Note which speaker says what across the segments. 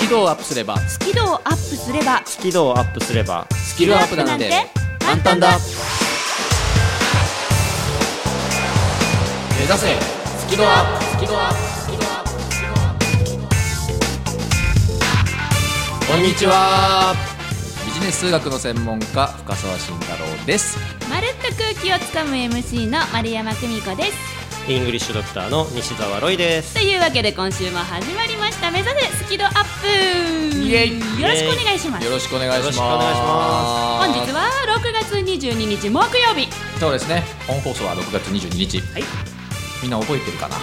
Speaker 1: キ度をアップすれば
Speaker 2: スキルをアップすればス
Speaker 3: スキルをアップすれば
Speaker 1: スキルアップなんて簡単だ目指せスキルアップスキルアップスキルアップスキルアップこんにちはビジネス数学の専門家深澤慎太郎です
Speaker 2: まるっと空気をつかむ MC の丸山久美子です
Speaker 3: イングリッシュドクターの西澤ロイです
Speaker 2: というわけで今週も始まりました目指せスキルアップ
Speaker 1: イエイ
Speaker 2: よろしくお願いします
Speaker 1: よろしくお願いします
Speaker 3: よろしくお願いしま
Speaker 2: 本日は6月22日木曜日
Speaker 1: そうですね本放送は6月22日
Speaker 3: はい
Speaker 1: みんな覚えてるかな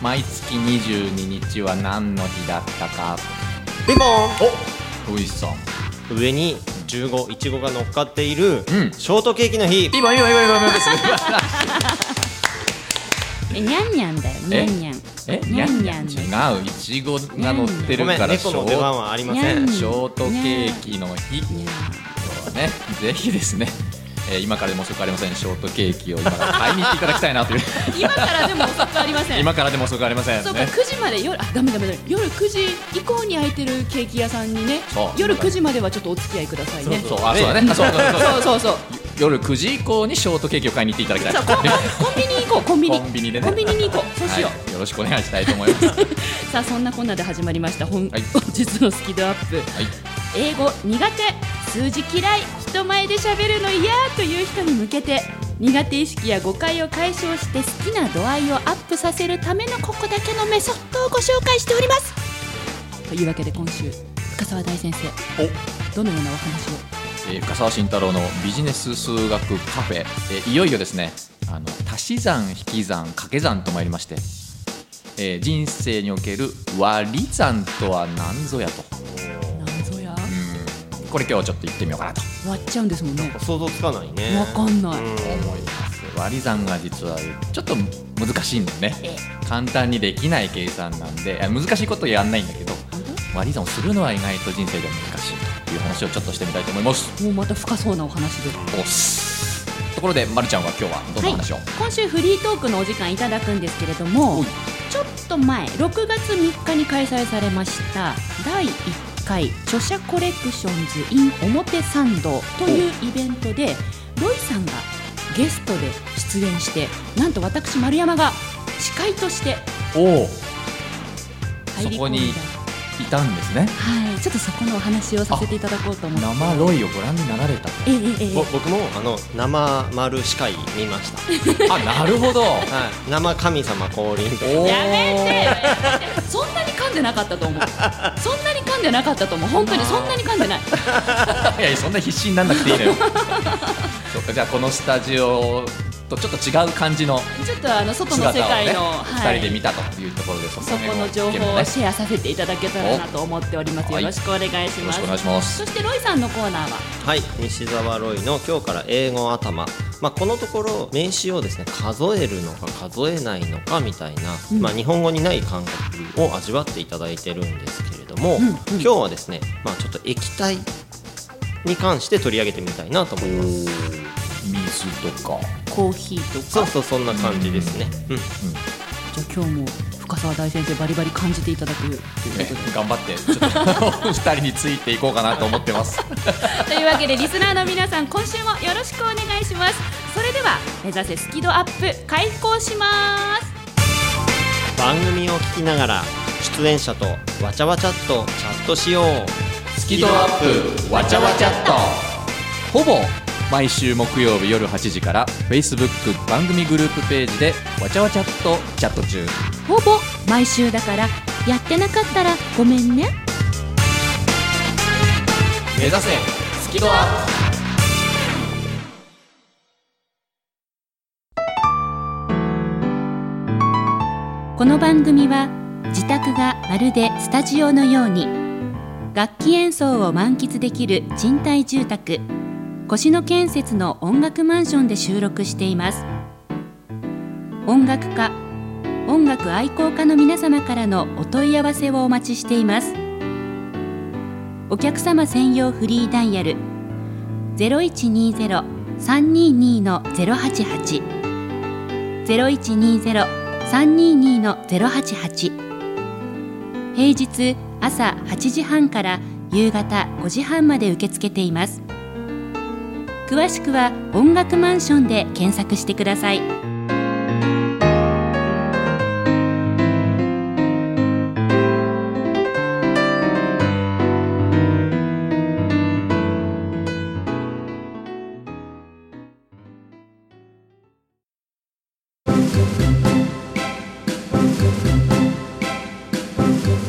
Speaker 1: 毎月22日は何の日だったか
Speaker 3: ピンポー
Speaker 1: ロイさん
Speaker 3: ン上に15いちごが乗っかっている、
Speaker 1: うん
Speaker 3: ショートケーキの日
Speaker 1: 今今今今今です
Speaker 2: えにゃんにゃんだよにゃ
Speaker 1: え
Speaker 2: んにゃん
Speaker 1: え
Speaker 2: にゃんにゃんだよ
Speaker 1: 違ういちごが乗って
Speaker 3: ご
Speaker 1: る
Speaker 3: めん
Speaker 1: から
Speaker 3: 猫の出番はありません
Speaker 2: にゃん
Speaker 1: ショートケーキの日今
Speaker 2: に
Speaker 1: 日
Speaker 2: ゃん
Speaker 1: はねぜひですね、えー今からでも遅くありませんショートケーキを今から買いに行っていただきたいなという
Speaker 2: 今からでも遅くありません
Speaker 1: 今からでも遅くありません
Speaker 2: そうか、
Speaker 1: ね
Speaker 2: 9時まで夜あダメダメダメ夜9時以降に空いてるケーキ屋さんにね
Speaker 1: そう
Speaker 2: 夜9時まではちょっとお付き合いくださいね
Speaker 1: そうあそうだねあそうそうそうそう
Speaker 2: そうそう そう
Speaker 1: 夜9時以降にショートケーキを買いに行っていただきたい
Speaker 2: そうコンコンビニ行こうコンビニ
Speaker 1: コンビニでね
Speaker 2: に行こうそうしよ、
Speaker 1: はい、よろしくお願いしたいと思いますはいう
Speaker 2: さあそんなこんなで始まりました本,、
Speaker 1: はい
Speaker 2: 本日のスキドアップ英語苦手数字嫌い人前で喋るの嫌という人に向けて苦手意識や誤解を解消して好きな度合いをアップさせるためのここだけのメソッドをご紹介しておりますというわけで今週深澤大先生
Speaker 1: お
Speaker 2: どのようなお話を
Speaker 1: えー深澤慎太郎のビジネス数学カフェ、えーいよいよですねあの足し算引き算掛け算と参りまして、えー人生における割り算とは何ぞやと
Speaker 2: なんぞや
Speaker 1: うんこれ今日ちょっと言ってみようかなと
Speaker 2: 終わっちゃうんですもんね
Speaker 3: 想像つかないね
Speaker 2: わかんない
Speaker 1: 思います割り算が実はちょっと難しいんだよね
Speaker 2: え
Speaker 1: 簡単にできない計算なんであ難しいことやんないんだけど割り算をするのは意外と人生でも難しいという話をちょっとしてみたいと思います
Speaker 2: もうまた深そうなお話で
Speaker 1: おっすところで、ま、るちゃんは今日はどんな話を、
Speaker 2: 今週フリートークのお時間いただくんですけれども
Speaker 1: おい
Speaker 2: ちょっと前6月3日に開催されました第1回著者コレクションズ in 表参道というイベントでロイさんがゲストで出演してなんと私丸山が司会として
Speaker 1: おお
Speaker 2: 入り
Speaker 1: そこ
Speaker 2: 込んだ
Speaker 1: にいたんですね
Speaker 2: はいちょっとそこのお話をさせていただこうと思って
Speaker 1: 生ロイをご覧になられた
Speaker 2: ええええ
Speaker 3: ぼ僕もあの生丸司会見ました、
Speaker 1: あなるほ ど
Speaker 3: はい、生神様降臨と
Speaker 1: おー
Speaker 2: やめてそんなに噛んでなかったと思うそんなに噛んでなかったと思う本当にそんなに噛んでない
Speaker 1: いやいやそんな必死になんなくていい のよそうかじゃあこのスタジオとちょっと違う感じの
Speaker 2: ちょっとあの外の世
Speaker 1: 姿を
Speaker 2: 界
Speaker 1: ね、
Speaker 2: の、は
Speaker 1: 2人で
Speaker 2: い、
Speaker 1: 見たというところでそ
Speaker 2: そこの情
Speaker 1: 辺
Speaker 2: 報
Speaker 1: を
Speaker 2: を
Speaker 1: 聞け
Speaker 2: シェアさせていただけたらなと思っております
Speaker 1: お
Speaker 2: よろしくお願いし
Speaker 1: ばねよろし
Speaker 2: ます、
Speaker 1: くお願いします
Speaker 2: そしてロイさんのコーナーは
Speaker 3: はい西澤ロイの「今日から英語頭」まあ、このところ名詞をですね数えるのか数えないのかみたいな、
Speaker 2: うん
Speaker 3: まあ、日本語にない感覚を味わっていただいてるんですけれども、
Speaker 2: うんうん
Speaker 3: 今日はですね、まあ、ちょっと液体に関して取り上げてみたいなと思います
Speaker 1: 水とか、
Speaker 2: コーヒーとか
Speaker 3: そうそうそんな感じですね、うん
Speaker 2: じゃあ今日も深澤大先生バリバリ感じていただくという
Speaker 1: ね
Speaker 2: ことで、
Speaker 1: 頑張ってちょっと2人についていこうかなと思ってます
Speaker 2: というわけでリスナーの皆さん今週もよろしくお願いしますそれでは目指せスキドアップ開講します
Speaker 3: 番組を聞きながら出演者とわちゃわちゃっとチャットしよう
Speaker 1: スキドアップわちゃわちゃっとほぼ毎週木曜日夜8時から Facebook 番組グループページでわちゃわちゃっとチャット中
Speaker 2: ほぼ毎週だからやってなかったらごめんね
Speaker 1: 目指せスキドアッ
Speaker 2: この番組は自宅がまるでスタジオのように楽器演奏を満喫できる賃貸住宅越野建設の音楽マンションで収録しています音楽家音楽愛好家の皆様からのお問い合わせをお待ちしていますお客様専用フリーダイヤル0120-322-088 0120-322-088平日朝8時半から夕方5時半まで受け付けています詳しくは音楽マンションで検索してください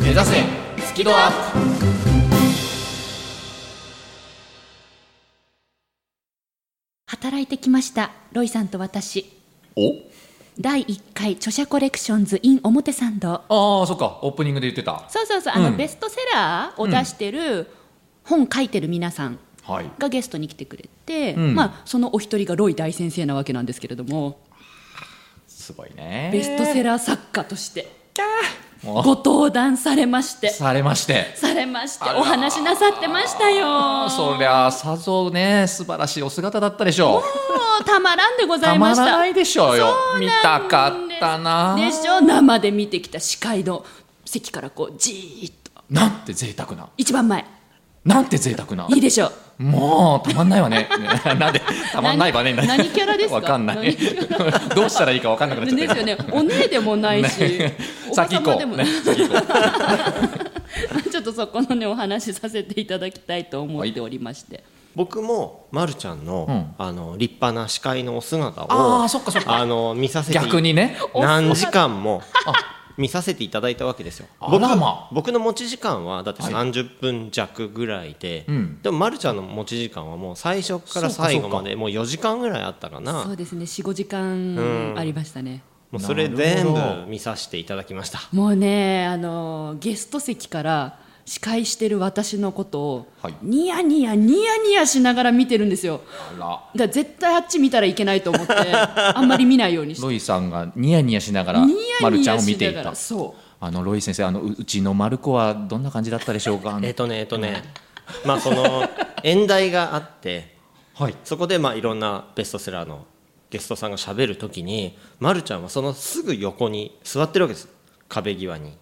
Speaker 1: 目指せスキドアップ
Speaker 2: 働いてきましたロイさんと私
Speaker 1: お
Speaker 2: 第1回著者コレクションズ in 表参道
Speaker 1: ああそっかオープニングで言ってた
Speaker 2: そうそうそうあの、
Speaker 1: うん
Speaker 2: ベストセラーを出してる、本書いてる皆さん
Speaker 1: はい
Speaker 2: がゲストに来てくれて、
Speaker 1: ん
Speaker 2: まあ、そのお一人がロイ大先生なわけなんですけれども、
Speaker 1: すごいね
Speaker 2: ベストセラー作家として
Speaker 1: もう
Speaker 2: ご登壇されまして
Speaker 1: されまして
Speaker 2: されまして
Speaker 1: あら
Speaker 2: お話しなさってましたよ
Speaker 1: そりゃあさぞね素晴らしいお姿だったでしょう
Speaker 2: もうたまらんでござ
Speaker 1: た
Speaker 2: い
Speaker 1: ま
Speaker 2: まし
Speaker 1: ら
Speaker 2: た
Speaker 1: ないでしょうよ見たかったな
Speaker 2: でしょ生で見てきた司会の席からこうじーっと
Speaker 1: なんて贅沢な
Speaker 2: 一番前
Speaker 1: なんて贅沢ない
Speaker 2: いでしょう
Speaker 1: もうたまんないわね なんでたまんないわね
Speaker 2: 何何キャラですか
Speaker 1: わかんない
Speaker 2: 何キ
Speaker 1: どうしたらいいかわかんなくなっちゃっ
Speaker 2: で
Speaker 1: た
Speaker 2: すよねお姉でもないし、
Speaker 1: ね
Speaker 2: おば
Speaker 1: 先
Speaker 2: さ
Speaker 1: 行こ
Speaker 2: ま
Speaker 1: う
Speaker 2: でも
Speaker 1: ね先行こ
Speaker 2: ちょっとそこのねお話しさせていただきたいと思っておりまして、
Speaker 3: 僕もまるちゃんの,、
Speaker 1: うん
Speaker 3: あの立派な司会のお姿を
Speaker 1: あーそっかそっか
Speaker 3: あの見させ
Speaker 1: う
Speaker 3: て
Speaker 1: 逆にね
Speaker 3: 何時間も見させていただいたわけですよ
Speaker 1: あ
Speaker 3: 僕
Speaker 1: らま
Speaker 3: 僕の持ち時間はだって
Speaker 1: はい
Speaker 3: 30分弱ぐらいで、
Speaker 1: うん
Speaker 3: でもまるちゃんの持ち時間はもう最初から
Speaker 1: そうか
Speaker 3: 最後までもう4時間ぐらいあったかな
Speaker 2: そうですね45時間ありましたね、
Speaker 3: もうそれ
Speaker 1: なる
Speaker 3: 全
Speaker 1: ほど
Speaker 3: 部見させていただきました
Speaker 2: もうねあのゲスト席から司会してる私のことを、
Speaker 1: はい
Speaker 2: ニヤニヤニヤニヤしながら見てるんですよ
Speaker 1: あら
Speaker 2: だから絶対あっち見たらいけないと思 ってあんまり見ないようにして
Speaker 1: ロイさんがニヤニヤしながら
Speaker 2: ニヤ
Speaker 1: まる
Speaker 2: ニ
Speaker 1: ちゃ
Speaker 2: ヤ
Speaker 1: んを見
Speaker 2: してないが
Speaker 1: た
Speaker 2: らそ
Speaker 1: あのロイ先生あのううちのマルコはどんな感じだったでしょうか
Speaker 3: えっ、とねえっ、とね、まあその演題があって
Speaker 1: はい
Speaker 3: そこでまあいろんなベストセラーのゲストさんがしゃべるときに、ま、るちゃんはそのすぐ横に座ってるわけです壁際に、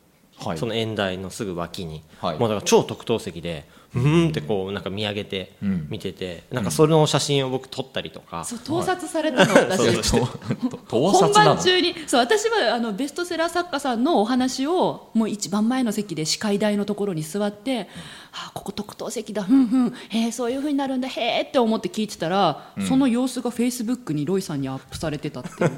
Speaker 1: はい
Speaker 3: その演台のすぐ脇に、
Speaker 1: はい
Speaker 3: もうだから超特等席でうーんってこうなんか見上げて
Speaker 1: ん
Speaker 3: 見てて、なんかその写真を僕撮ったりとか
Speaker 2: う、そう盗撮されたの私、
Speaker 1: そうそうと 盗撮な
Speaker 2: 本番
Speaker 1: の
Speaker 2: 中にそう私はあのベストセラー作家さんのお話をもう一番前の席で司会台のところに座って、あここ特等席だふんふんへえそういうふうになるんだへえって思って聞いてたら、その様子がフェイスブックにロイさんにアップされて たっていう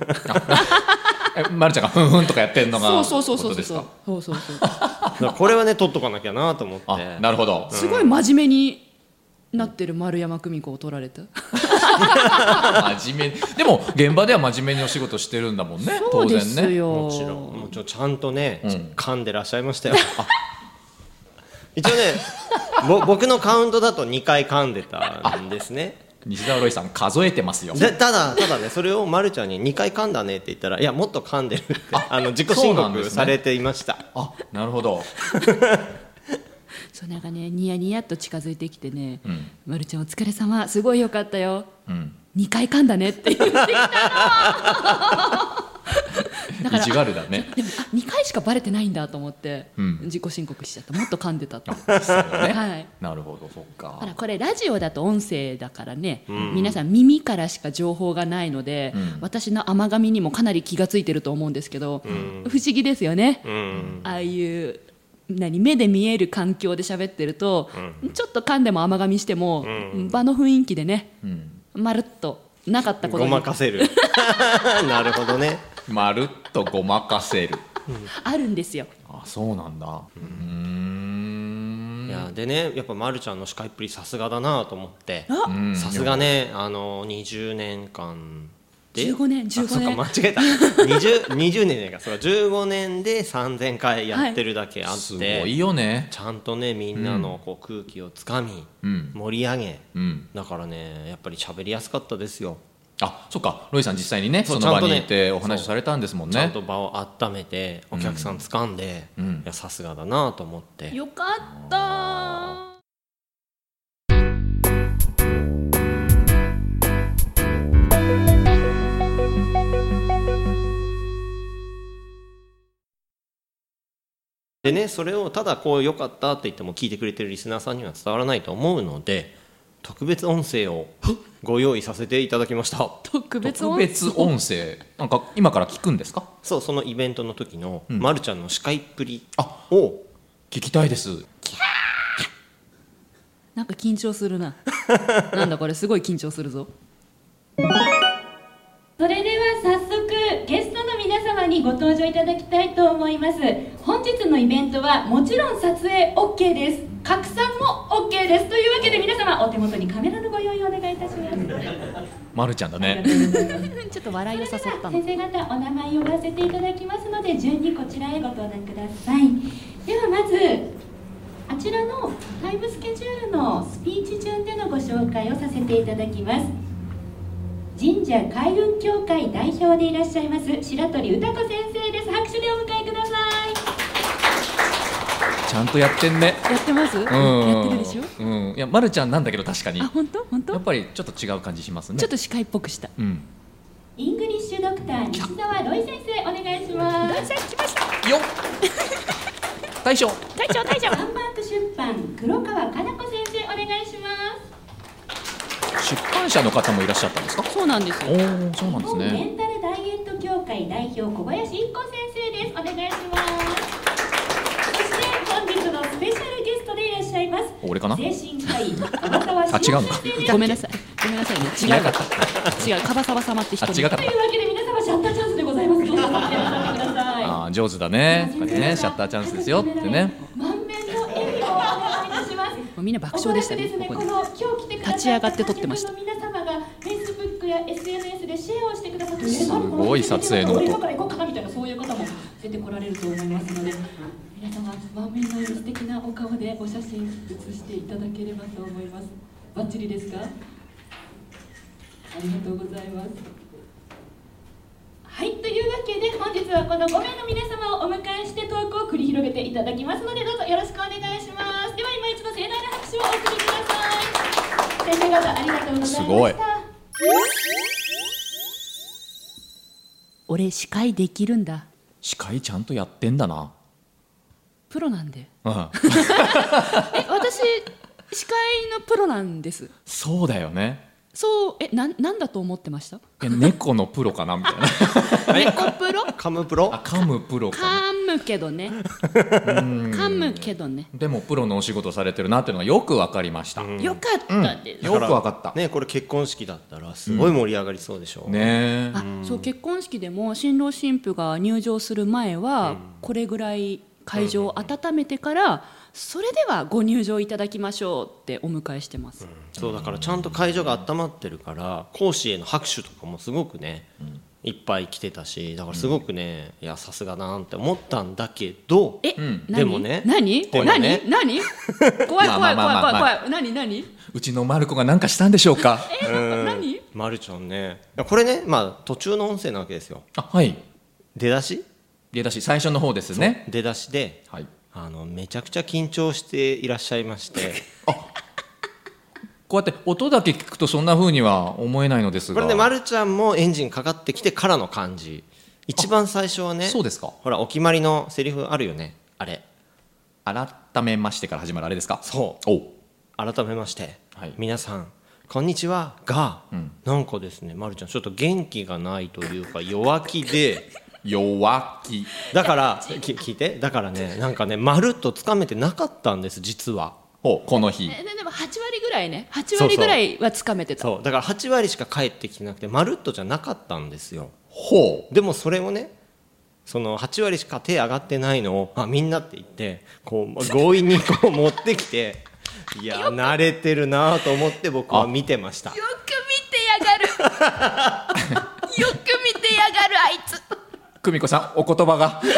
Speaker 1: えまるちゃんがふんふんとかやってんのが
Speaker 2: そうそうそうそ
Speaker 1: こ
Speaker 2: う
Speaker 1: と
Speaker 2: そう
Speaker 1: です
Speaker 2: そう
Speaker 1: か
Speaker 2: そうそうそう
Speaker 3: だからこれはね撮っとかなきゃなと思って
Speaker 1: あなるほど
Speaker 2: すごい真面目になってる丸山久美子を取られた
Speaker 1: 真面目にでも現場では真面目にお仕事してるんだもんね
Speaker 2: そう
Speaker 1: 当
Speaker 2: で
Speaker 1: 然
Speaker 2: す
Speaker 1: ね
Speaker 2: よ
Speaker 3: もちろんもちろんちゃんとね、
Speaker 1: うん
Speaker 3: 噛んでらっしゃいましたよあ 一応ねぼ僕のカウントだと2回噛んでたんですね
Speaker 1: 西澤ロイさん数えてますよ
Speaker 3: でただただねそれをまるちゃんに2回噛んだねって言ったらいやもっと噛んでるってあの自己
Speaker 1: そう
Speaker 3: 申
Speaker 1: なんです
Speaker 3: 告
Speaker 1: ね
Speaker 3: されていました、
Speaker 1: あなるほど
Speaker 2: そうなんかねニヤニヤっと近づいてきてね「
Speaker 1: ん
Speaker 2: まるちゃんお疲れ様すごいよかったよ」
Speaker 1: うん
Speaker 2: 2回噛んだねって言ってきたのだか
Speaker 1: 意
Speaker 2: ら
Speaker 1: 地悪だね
Speaker 2: でもあ2回しかバレてないんだと思って、
Speaker 1: うん
Speaker 2: 自己申告しちゃったもっと噛んでたって
Speaker 1: そうだね、
Speaker 2: はい
Speaker 1: なるほどそっか
Speaker 2: ほらこれラジオだと音声だからね、皆さん耳からしか情報がないので、
Speaker 1: うん
Speaker 2: 私の甘噛みにもかなり気がついてると思うんですけど、不思議ですよね、
Speaker 3: うん
Speaker 2: ああいう何目で見える環境で喋ってると、ちょっと噛んでも甘噛みしても、場の雰囲気でね
Speaker 1: うん
Speaker 2: まるっとなかったこと
Speaker 3: ご
Speaker 2: に
Speaker 3: まか せるなるほどね
Speaker 1: まるっとごまかせる
Speaker 2: あるんですよ
Speaker 1: あそうなんだうーん
Speaker 3: いやでねやっぱまるちゃんの司会っぷりさすがだなと思って
Speaker 2: あ
Speaker 1: うん
Speaker 3: さすがねあの20年間で
Speaker 2: 15年15年
Speaker 3: あそっか間違えた 20, 20年じゃないかそれは15年で3000回やってるだけあって、
Speaker 1: すごいよね
Speaker 3: ちゃんとねみんなのこう空気をつかみ、
Speaker 1: うん
Speaker 3: 盛り上げ
Speaker 1: うん
Speaker 3: だからねやっぱり喋りやすかったですよ
Speaker 1: あそっかロイさん実際にね
Speaker 3: そ
Speaker 1: そうの場
Speaker 3: ちゃんと
Speaker 1: に
Speaker 3: ね
Speaker 1: いてお話しされたんですもん
Speaker 3: ちゃん
Speaker 1: ね
Speaker 3: と場を温めてお客さん掴んで、
Speaker 1: うん
Speaker 3: いやさすがだなと思って、
Speaker 2: よかった
Speaker 3: でねそれをただこう良かったって言っても聞いてくれてるリスナーさんには伝わらないと思うので特別音声をご用意させていただきました
Speaker 2: 特別
Speaker 1: 特
Speaker 2: 音
Speaker 1: 別音声なんか今から聞くんですか
Speaker 3: そうそのイベントの時のまるちゃんの司会っぷり
Speaker 1: あ
Speaker 3: を
Speaker 1: 聞きたいです
Speaker 2: なんか緊張するな なんだこれすごい緊張するぞ
Speaker 4: それでは早速ゲストの皆様にご登場いただきたいと思います本日のイベントはもちろん撮影 OK です拡散も OK ですというわけで皆様お手元にカメラのご用意をお願いいたします
Speaker 1: まるちゃんだね
Speaker 2: ちょっと笑いを誘っ
Speaker 4: それで
Speaker 2: たの
Speaker 4: は先生方お名前呼ばせていただきますので順にこちらへご登壇くださいではまずあちらのタイムスケジュールのスピーチ順でのご紹介をさせていただきます神社開運協会代表でいらっしゃいます白鳥歌子先生です拍手でお迎えください
Speaker 1: ちゃんとやってんね
Speaker 2: やってます
Speaker 1: うん
Speaker 2: やってるでしょ
Speaker 1: うんいやまるちゃんなんだけど確かに
Speaker 2: あ
Speaker 1: や
Speaker 2: 本当本当
Speaker 1: っぱりちょっと違う感じしますね
Speaker 2: ちょっと司会っぽくした
Speaker 1: うん
Speaker 4: イングリッシュドクター西澤ロイ先生お願いします
Speaker 1: よっ大将
Speaker 4: ハンバーグ出版黒川かな子先生お願いします
Speaker 1: 出版社の方もいらっしゃったんですか
Speaker 2: そうなんです
Speaker 1: お
Speaker 2: よ
Speaker 1: おそうなん
Speaker 4: 日
Speaker 1: です
Speaker 4: 本メ
Speaker 1: ね
Speaker 4: ンタルダイエット協会代表小林一子先生ですお願いしますそして本日のスペシャルゲストでいらっしゃいます
Speaker 1: 俺かな
Speaker 4: 精神科 医樺沢
Speaker 1: あ違
Speaker 4: 先
Speaker 1: うのか
Speaker 4: 生です
Speaker 2: ごめんなさいごめんなさいね違
Speaker 1: 違
Speaker 2: う
Speaker 1: かった
Speaker 2: 違う樺沢様って人
Speaker 1: あ違かっ
Speaker 4: と
Speaker 1: た
Speaker 4: いうわけで皆様シャッターチャンスでござ いますどうぞお手を挙げてください
Speaker 1: あー上手だねこうやってねシャッターチャンスですよってね
Speaker 4: 満面の笑みをお願いいたします
Speaker 2: うみんな爆笑でしたね
Speaker 4: おそらく
Speaker 2: ここ
Speaker 4: ですね
Speaker 2: に
Speaker 4: この今日来てくださった
Speaker 2: 立ち上がって撮ってました
Speaker 4: 観客の皆様が Facebook や SNS でシェアをしてくださって
Speaker 1: すごい撮影の音
Speaker 4: 俺今から行こうかなみたいなそういう方も出てこられると思いますので皆様満面の笑み素敵なお顔でお写真写していただければと思いますバッチリですかありがとうございますはいというわけで本日はこの5名の皆様をお迎えしてトークを繰り広げていただきますのでどうぞよろしくお願いしますでは今一度盛大な拍手をお送りください先生方ありがとうございまし
Speaker 1: す
Speaker 4: た
Speaker 1: ごい
Speaker 2: 俺司会できるんだ
Speaker 1: 司会ちゃんとやってんだな
Speaker 2: プロなんで
Speaker 1: うん
Speaker 2: え私司会のプロなんです
Speaker 1: そうだよね
Speaker 2: そうえなんなんだと思ってました
Speaker 1: いや猫のプロかなみたいな
Speaker 2: 猫プロ
Speaker 3: カムプロ
Speaker 1: あ噛むプロかな
Speaker 2: 噛むけどね噛むけどね
Speaker 1: でもプロのお仕事されてるなっていうのがよくわかりました、よ
Speaker 2: よかったです、
Speaker 1: くわかったね
Speaker 3: ねこれ結婚式だったらすごい盛り上がりそうでしょう、
Speaker 1: ねえ
Speaker 2: あそう結婚式でも新郎新婦が入場する前は、これぐらい会場を温めてから、それではご入場いただきましょうってお迎えしてます、
Speaker 3: そうだからちゃんと会場が温まってるから講師への拍手とかもすごくね、いっぱい来てたしだからすごくね、いやさすがだなって思ったんだけど
Speaker 2: え、
Speaker 1: ん
Speaker 2: 何
Speaker 3: でもね
Speaker 2: 何
Speaker 3: でもね
Speaker 2: 何 何怖
Speaker 1: ま
Speaker 2: い怖い怖い
Speaker 1: あま
Speaker 2: 怖
Speaker 1: あまあ
Speaker 2: い
Speaker 1: ま
Speaker 2: 怖
Speaker 1: あまあ
Speaker 2: い怖い何何
Speaker 1: うちのマルコが何かしたんでしょうか
Speaker 2: え何
Speaker 3: まるちゃんねいやこれねまあ途中の音声なわけですよ
Speaker 1: あはい
Speaker 3: 出だし
Speaker 1: 出だし最初の方ですね
Speaker 3: 出だしで
Speaker 1: はい
Speaker 3: あのめちゃくちゃ緊張していらっしゃいまして
Speaker 1: こうやって音だけ聞くとそんな風には思えないのです
Speaker 3: こ
Speaker 1: が
Speaker 3: れねまるちゃんもエンジンかかってきてからの感じ一番最初はね
Speaker 1: そうですか
Speaker 3: ほらお決まりのセリフあるよねあれ
Speaker 1: 改めましてから始まるあれですか
Speaker 3: そう
Speaker 1: おう
Speaker 3: 改めまして、
Speaker 1: はい
Speaker 3: 皆さんこんにちはが、
Speaker 1: ん
Speaker 3: なんかですね、ま、るちゃんちょっと元気がないというか弱気で
Speaker 1: 弱気
Speaker 3: だからき聞いてだからねなんかねまるっとつかめてなかったんです実は
Speaker 1: ほうこの日
Speaker 2: えででも8割ぐらいね8
Speaker 3: そうそ
Speaker 2: 割
Speaker 3: う
Speaker 2: ぐらいはつかめてた
Speaker 3: そうだから8割しか返ってきてなくてまるっとじゃなかったんですよ
Speaker 1: ほ
Speaker 3: でもそれをねその8割しか手上がってないのをあみんなって言ってこう強引にこう持ってきていや慣れてるなと思って僕は見てました
Speaker 2: よく見てやが るよく見てやがるあいつ
Speaker 1: う久美子さんお言葉が
Speaker 2: あそんなとこ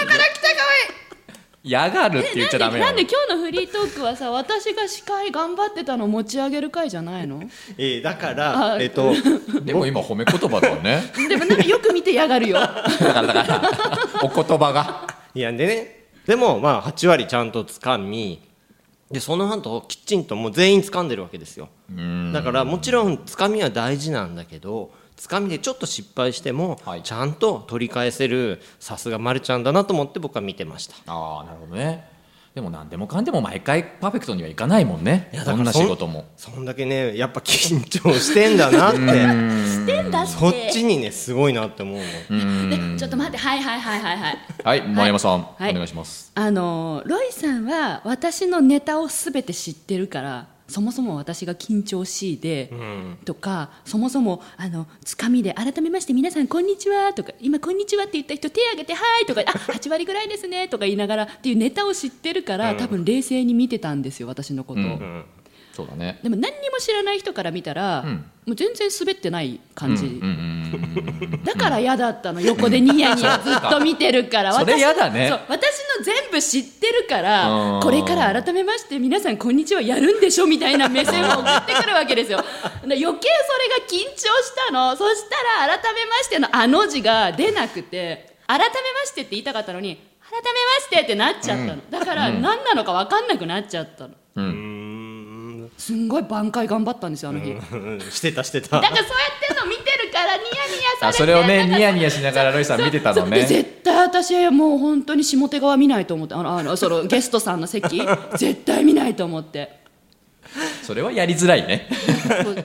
Speaker 2: ろから来たか
Speaker 1: やがるって言っちゃダ
Speaker 2: おい
Speaker 1: メよ
Speaker 2: なんで今日のフリートークはさ私が司会頑張ってたの持ち上げる回じゃないの
Speaker 3: えーだから
Speaker 2: あ
Speaker 3: えっと
Speaker 1: でも今褒め言葉だよね
Speaker 2: でもなんかよく見てやがるよ
Speaker 1: だからだからお言葉が
Speaker 3: いやでねでもまあ8割ちゃんと掴みでその後きちんともう全員掴んでるわけですよだからもちろん掴みは大事なんだけどつかみでちょっと失敗しても、
Speaker 1: はい
Speaker 3: ちゃんと取り返せるさすが丸ちゃんだなと思って僕は見てました
Speaker 1: ああなるほどねでも何でもかんでも毎回パーフェクトにはいかないもんね
Speaker 3: いやだ
Speaker 1: ど
Speaker 3: から
Speaker 1: んな仕事も
Speaker 3: そんだけねやっぱ緊張してんだなって
Speaker 2: してんだって
Speaker 3: そっちにねすごいなって思うの
Speaker 2: でちょっと待ってはいはいはいはいはい
Speaker 1: はい丸山さん、
Speaker 2: はい
Speaker 1: お願いします
Speaker 2: あのロイさんは私のネタを全て知ってるからそもそも私が緊張しいで、とかそもそもあのつかみで改めまして皆さんこんにちはとか今こんにちはって言った人手挙げてはいとかあ8割 ぐらいですねとか言いながらっていうネタを知ってるから、多分冷静に見てたんですよ私のことを、
Speaker 3: ん
Speaker 1: そうだね
Speaker 2: でも何にも知らない人から見たら、
Speaker 1: ん
Speaker 2: もう全然滑ってない感じ、
Speaker 1: うんうんうん
Speaker 2: だから嫌だったの横でニヤ ニヤずっと見てるから
Speaker 1: それ嫌だね
Speaker 2: そう私の全部知ってるから
Speaker 1: うん
Speaker 2: これから改めまして皆さんこんにちはやるんでしょみたいな目線を送ってくるわけ ですよだから余計それが緊張したのそしたら改めましてのあの字が出なくて改めましてって言いたかったのに改めましてってなっちゃったの、だから何なのか分かんなくなっちゃったの
Speaker 3: うん
Speaker 2: すんごい挽回頑張ったんですよあの日、だ
Speaker 3: うんしてたして
Speaker 2: か
Speaker 3: た
Speaker 2: らそうやってるの見てるからニヤニヤされ
Speaker 1: あ
Speaker 2: て
Speaker 1: それを
Speaker 2: な
Speaker 1: ね
Speaker 2: んか
Speaker 1: ニヤニヤしながらロイさん見てたの
Speaker 2: で
Speaker 1: ね
Speaker 2: 絶対私もう本当に下手側見ないと思ってあのあのそのゲストさん の席絶対見ないと思って
Speaker 1: それはやりづらいね
Speaker 2: そう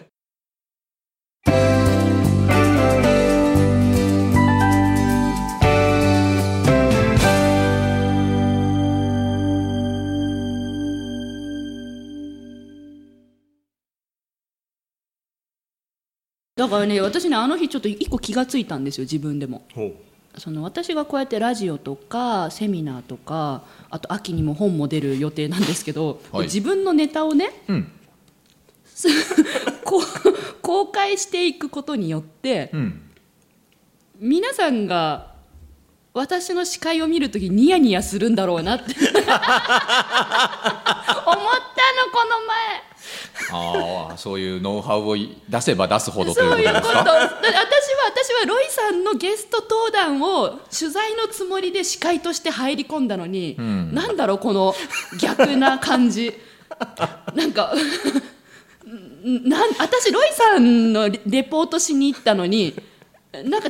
Speaker 2: だからね私ねあの日ちょっと一個気がついたんですよ自分でも。
Speaker 3: ほう
Speaker 2: その私がこうやってラジオとかセミナーとかあと秋にも本も出る予定なんですけど、
Speaker 1: はい
Speaker 2: 自分のネタをね、
Speaker 1: ん
Speaker 2: すこう公開していくことによって
Speaker 1: うん
Speaker 2: 皆さんが私の司会を見るときニヤニヤするんだろう なって思ったのこの前。
Speaker 1: ああそういうノウハウを出せば出すほどとい
Speaker 2: そ
Speaker 1: ううこと
Speaker 2: い
Speaker 1: で
Speaker 2: う
Speaker 1: す
Speaker 2: こと。だ
Speaker 1: か
Speaker 2: って私は私はロイさんのゲスト登壇を取材のつもりで司会として入り込んだのに、なんだろうこの逆な感じ。 なんか。 んなん私ロイさんのレレポートしに行ったのになんか違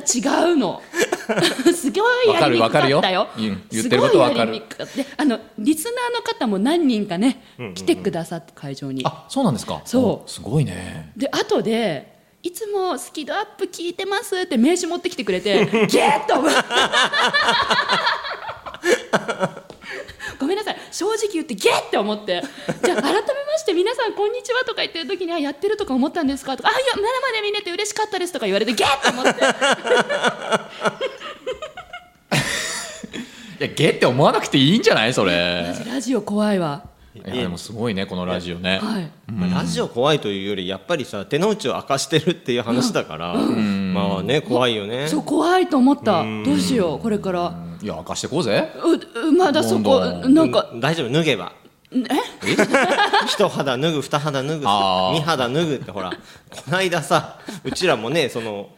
Speaker 2: うの すごいやりにくかったよ
Speaker 1: わかるわかるようん言ってることわかる
Speaker 2: すごいやりにくかったであのリスナーの方も何人かね、来てくださって会場に
Speaker 1: あそうなんですか
Speaker 2: そう
Speaker 1: おすごいね
Speaker 2: で後でいつもスキドアップ聞いてますって名刺持ってきてくれてゲッとごめんなさい正直言ってゲッって思ってじゃあ改めまして皆さんこんにちはとか言ってる時にあやってるとか思ったんですかとかあいや生で見れて嬉しかったですとか言われてゲッって思って
Speaker 1: いやゲって思わなくていいんじゃないそれ
Speaker 2: マジラジオ怖いわ
Speaker 1: いやでもすごいねこのラジオね
Speaker 2: はい
Speaker 3: まあラジオ怖いというよりやっぱりさ手の内を明かしてるっていう話だから、まあね怖いよね
Speaker 2: そう怖いと思ったどうしようこれから
Speaker 1: いや明かしてこうぜ
Speaker 2: ううまだそこ
Speaker 1: どんどん
Speaker 2: なんか
Speaker 3: うん大丈夫脱げば
Speaker 1: え
Speaker 3: 一肌脱ぐ二肌脱ぐ
Speaker 1: あー
Speaker 3: 二肌脱ぐってほらこないださうちらもねその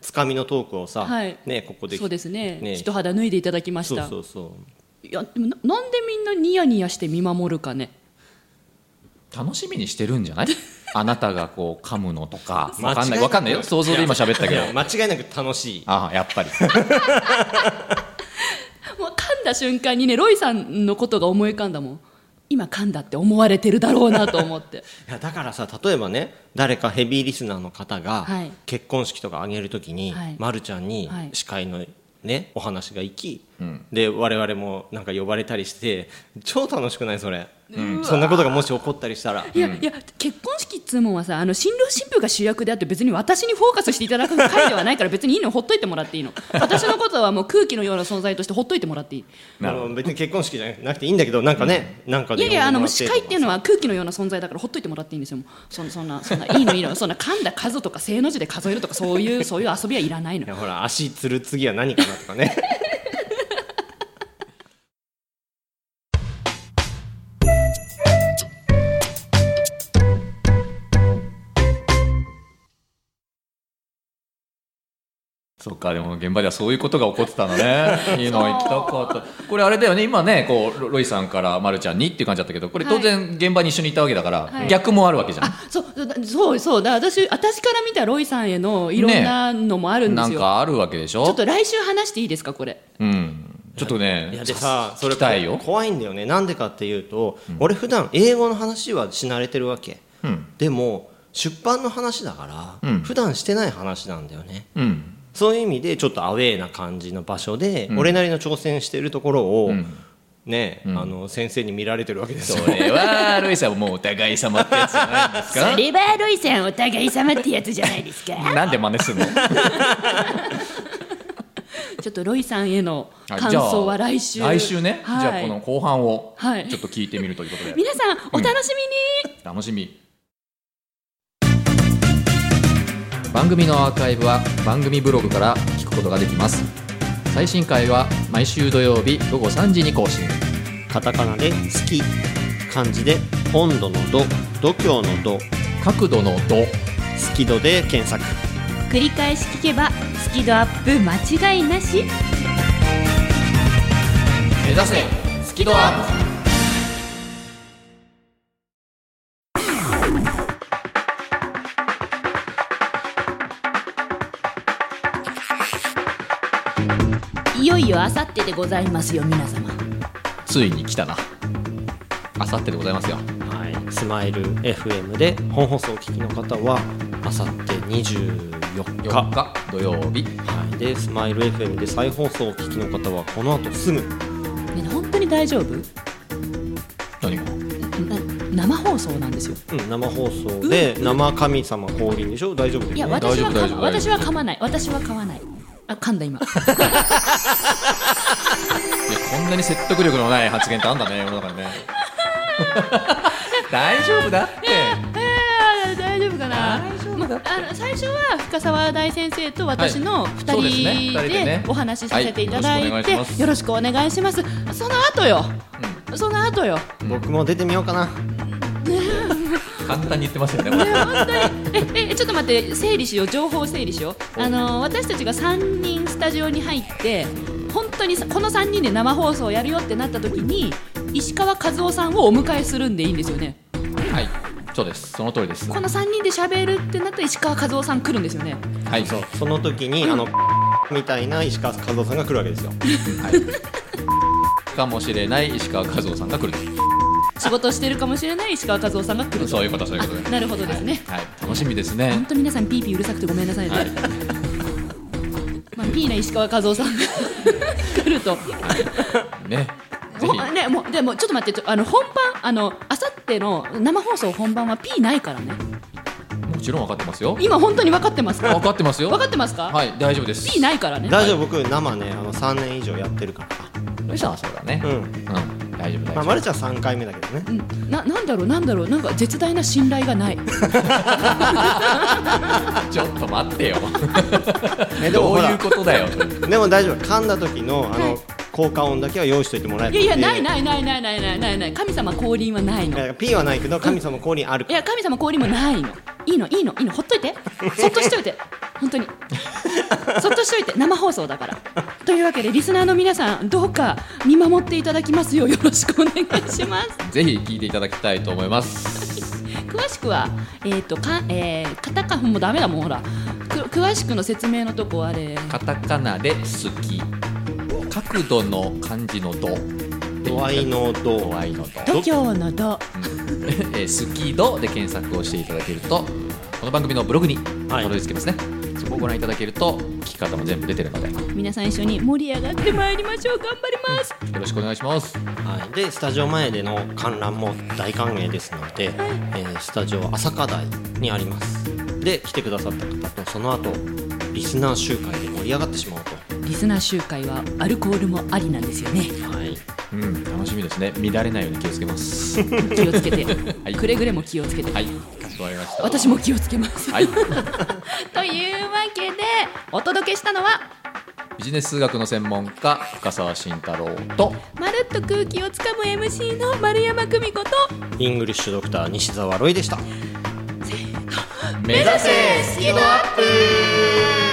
Speaker 3: つかみのトークをさ、
Speaker 2: はい
Speaker 3: ねここで
Speaker 2: そうですね
Speaker 3: ね
Speaker 2: 人肌脱いでいただきまし
Speaker 3: そう
Speaker 2: た
Speaker 3: そうそう
Speaker 2: いやでもななんでみんなニヤニヤして見守るかね
Speaker 1: 楽しみにしてるんじゃ ないあなたがこう噛むのとか
Speaker 3: 間違
Speaker 1: わかん
Speaker 3: いなく
Speaker 1: ないわかんないよ想像で今喋ったけど
Speaker 3: いや間違いなく楽しい
Speaker 1: ああやっぱり
Speaker 2: もう噛んだ瞬間にねロイさんのことが思い浮かんだもん今噛んだって思われてるだろうなと思って
Speaker 3: いやだからさ例えばね誰かヘビーリスナーの方が
Speaker 2: はい
Speaker 3: 結婚式とかあげるときに、
Speaker 2: はい
Speaker 3: まるちゃんに
Speaker 2: はい
Speaker 3: 司会のねお話が行き、で我々もなんか呼ばれたりして超楽しくないそれ、そんなことがもし起こったりしたら
Speaker 2: いや、いや結婚式っつうもんはさあの新郎新婦が主役であって別に私にフォーカスしていただく回ではないから別にいいのほっといてもらっていいの私のことはもう空気のような存在としてほっといてもらっていい
Speaker 1: なるほ
Speaker 3: あの別に結婚式じゃなくていいんだけどなんかね、なんか
Speaker 2: い
Speaker 3: で
Speaker 2: やい
Speaker 3: 呼
Speaker 2: やあ
Speaker 3: んで
Speaker 2: の
Speaker 3: もら
Speaker 2: 司会っていうのは空気のような存在だからほっといてもらっていいんですよもうそんそんなそんないいのいいのそんな噛んだ数とか正の字で数えるとかそういうそういう遊びはいらないの
Speaker 3: いやほら足つる次は何かなとかね
Speaker 1: そっかでも現場ではそういうことが起こってたの ねいいの行きたかったこれあれだよね今ねこうロロイさんからまるちゃんにっていう感じだったけどこれ当然現場に一緒にいたわけだから、
Speaker 2: はい
Speaker 1: 逆もあるわけじゃん、
Speaker 2: そうそうそうそうだ私私から見たロイさんへのいろんなのもあるんで
Speaker 1: な
Speaker 2: す
Speaker 1: ん
Speaker 2: よ、
Speaker 1: かあるわけでしょ
Speaker 2: ちょっと来週話していいですかこれ
Speaker 1: うんちょっとね
Speaker 3: いやでさそ
Speaker 1: 聞
Speaker 3: れ
Speaker 1: きたいよ
Speaker 3: 怖いんだよねなんでかっていうと、俺普段英語の話はし慣れてるわけ、
Speaker 1: うん
Speaker 3: でも出版の話だから、
Speaker 1: うん
Speaker 3: 普段してない話なんだよね
Speaker 1: うん
Speaker 3: そういう意味でちょっとアウェーな感じの場所で、俺なりの挑戦してるところを、
Speaker 1: ん
Speaker 3: ね、あの先生に見られてるわけです
Speaker 1: そ
Speaker 3: よ
Speaker 1: れはロイさんはもうお互い様ってやつじゃないんですか
Speaker 5: レバーロイさんお互い様ってやつじゃないですか
Speaker 1: なんで真似すんの
Speaker 2: ちょっとロイさんへの
Speaker 1: はい
Speaker 2: 感
Speaker 1: じゃあ
Speaker 2: 想は来週
Speaker 1: 来週ね、
Speaker 2: はい
Speaker 1: じゃあこの後半を
Speaker 2: はい
Speaker 1: ちょっと聞いてみるということで、
Speaker 2: 皆さんお楽しみに、
Speaker 1: 楽しみ番組のアーカイブは番組ブログから聞くことができます最新回は毎週土曜日午後3時に更新
Speaker 3: カタカナで「好き」漢字で「温度の度」「度胸の度」
Speaker 1: 角度の度
Speaker 3: 「好き度」で検索
Speaker 5: 繰り返し聞けばスキドアップ間違いなし
Speaker 1: 目指せスキドアッ
Speaker 5: いよいよあさってでございますよ皆様
Speaker 1: プついに来たなあさってでございますよ
Speaker 3: はい、スマイル FM で本放送をお聞きの方はあさって24
Speaker 1: 4
Speaker 3: 日
Speaker 1: 日土曜日
Speaker 3: はい、でスマイル FM で再放送をお聞きの方はこの後すぐ
Speaker 2: ね本当に大丈夫
Speaker 1: 何が
Speaker 2: な生放送なんですよ
Speaker 3: うん生放送で生神様降臨でしょ大丈夫です
Speaker 2: いや
Speaker 3: ね
Speaker 1: 大
Speaker 2: 私
Speaker 1: 丈夫
Speaker 2: はか
Speaker 1: 大丈夫
Speaker 2: 私は噛まない私は噛まないあ噛んだ今
Speaker 1: いやこんなに説得力のない発言ってあんだね世の中にね 大丈夫だって
Speaker 2: あー大丈夫かなまあの最初は深澤大先生と私の
Speaker 1: はい
Speaker 2: 2
Speaker 1: そうですね二人
Speaker 2: 人
Speaker 1: でね
Speaker 2: でお話しさせていただ
Speaker 1: はい
Speaker 2: い
Speaker 1: よろしくお願いします
Speaker 2: てよろしくお願いしますその後よその後よ
Speaker 3: 僕も出てみようかな
Speaker 1: 簡単に言ってますよねこれ
Speaker 2: 本当にええちょっと待って整理しよう情報を整理しようあの私たちが3人スタジオに入って本当にさこの3人で生放送をやるよってなった時に石川和夫さんをお迎えするんでいいんですよね
Speaker 1: はいそうですその通りです
Speaker 2: この3人で喋るってなったら石川和夫さん来るんですよね
Speaker 1: はいそう
Speaker 3: その時にあのみたいな石川和夫さんが来るわけですよ
Speaker 1: かもしれない石川和夫さんが来る
Speaker 2: 仕事してるかもしれない石川和夫さんが来ると
Speaker 1: そういうことそういうことで
Speaker 2: なるほどですね、
Speaker 1: はい楽しみです
Speaker 2: 本
Speaker 1: ね
Speaker 2: 当皆さんピーピーうるさくてごめんなさいね、
Speaker 1: はい
Speaker 2: まあ、ピーな石川和夫さんが 来ると
Speaker 1: ねぜ
Speaker 2: ほんねもうでもちょっと待ってちょあの本番あのあさっての生放送本番は P ないからね
Speaker 1: ひもちろん分かってますよ
Speaker 2: 今本当に分かってますか
Speaker 1: 分かってますよ
Speaker 2: 分かってますか、
Speaker 1: はい大丈夫です
Speaker 2: P ないからね
Speaker 3: 大丈夫僕生ねあの3年以上やってるから
Speaker 1: ロイさんはそうだね
Speaker 3: う
Speaker 1: う
Speaker 3: ん、
Speaker 1: ん大丈夫大
Speaker 3: ま
Speaker 1: 丈
Speaker 3: あ、ま
Speaker 1: 夫
Speaker 3: るちゃん3回目だけどね
Speaker 2: うんななんだろうなんだろうなんか絶大な信頼がない
Speaker 1: ちょっと待ってよ
Speaker 3: ねでも
Speaker 1: どう
Speaker 3: ほら
Speaker 1: いうことだよ
Speaker 3: でも大丈夫噛んだ時のあ
Speaker 2: は
Speaker 3: の
Speaker 2: い
Speaker 3: 効果音だけは用意しといてもらえ
Speaker 2: いやいやない
Speaker 3: い
Speaker 2: ないないないないないないない神様降臨はないの
Speaker 3: P はないけど神様降臨ある
Speaker 2: い
Speaker 3: から
Speaker 2: や神様氷もないのいいのいいのいいのほっといてそっとしといて本当にそっとしといて生放送だからというわけでリスナーの皆さんどうか見守っていただきますようよろしくお願いします
Speaker 1: ぜひ聞いていただきたいと思います
Speaker 2: 詳しくはえっ、とかえー、カタカもうダメだもんほらく詳しくの説明のとこあれ
Speaker 1: カタカナで好き角度の漢字の度
Speaker 3: 度合いの
Speaker 1: 度
Speaker 3: 度
Speaker 1: 合いの度
Speaker 2: 度胸の度
Speaker 1: えースキードで検索をしていただけるとこの番組のブログにた
Speaker 3: はい
Speaker 1: どり着けますね、そこをご覧いただけると聞き方も全部出てるのでよ
Speaker 2: 皆さん一緒に盛り上がってまいりましょう頑張ります
Speaker 1: ろしくお願いします
Speaker 3: はい、でスタジオ前での観覧も大歓迎ですので、えースタジオ朝課題にありますで来てくださった方とその後リスナー集会で盛り上がってしまおうと、
Speaker 2: リスナー集会はアルコールもありなんですよね
Speaker 3: はい、
Speaker 1: うん楽しみですね乱れないように気をつけます は
Speaker 2: 気をつけて、
Speaker 1: い
Speaker 2: くれぐれも気をつけて、
Speaker 1: いわかりました
Speaker 2: 私も気をつけます、
Speaker 1: はい
Speaker 2: というわけでお届けしたのは
Speaker 1: ビジネス数学の専門家深澤慎太郎と
Speaker 2: まるっと空気をつかむ MC の丸山久美子と
Speaker 3: イングリッシュドクター西澤ロイでした
Speaker 1: 目指せ
Speaker 2: スキドアッ
Speaker 1: ッ
Speaker 2: プ
Speaker 1: プ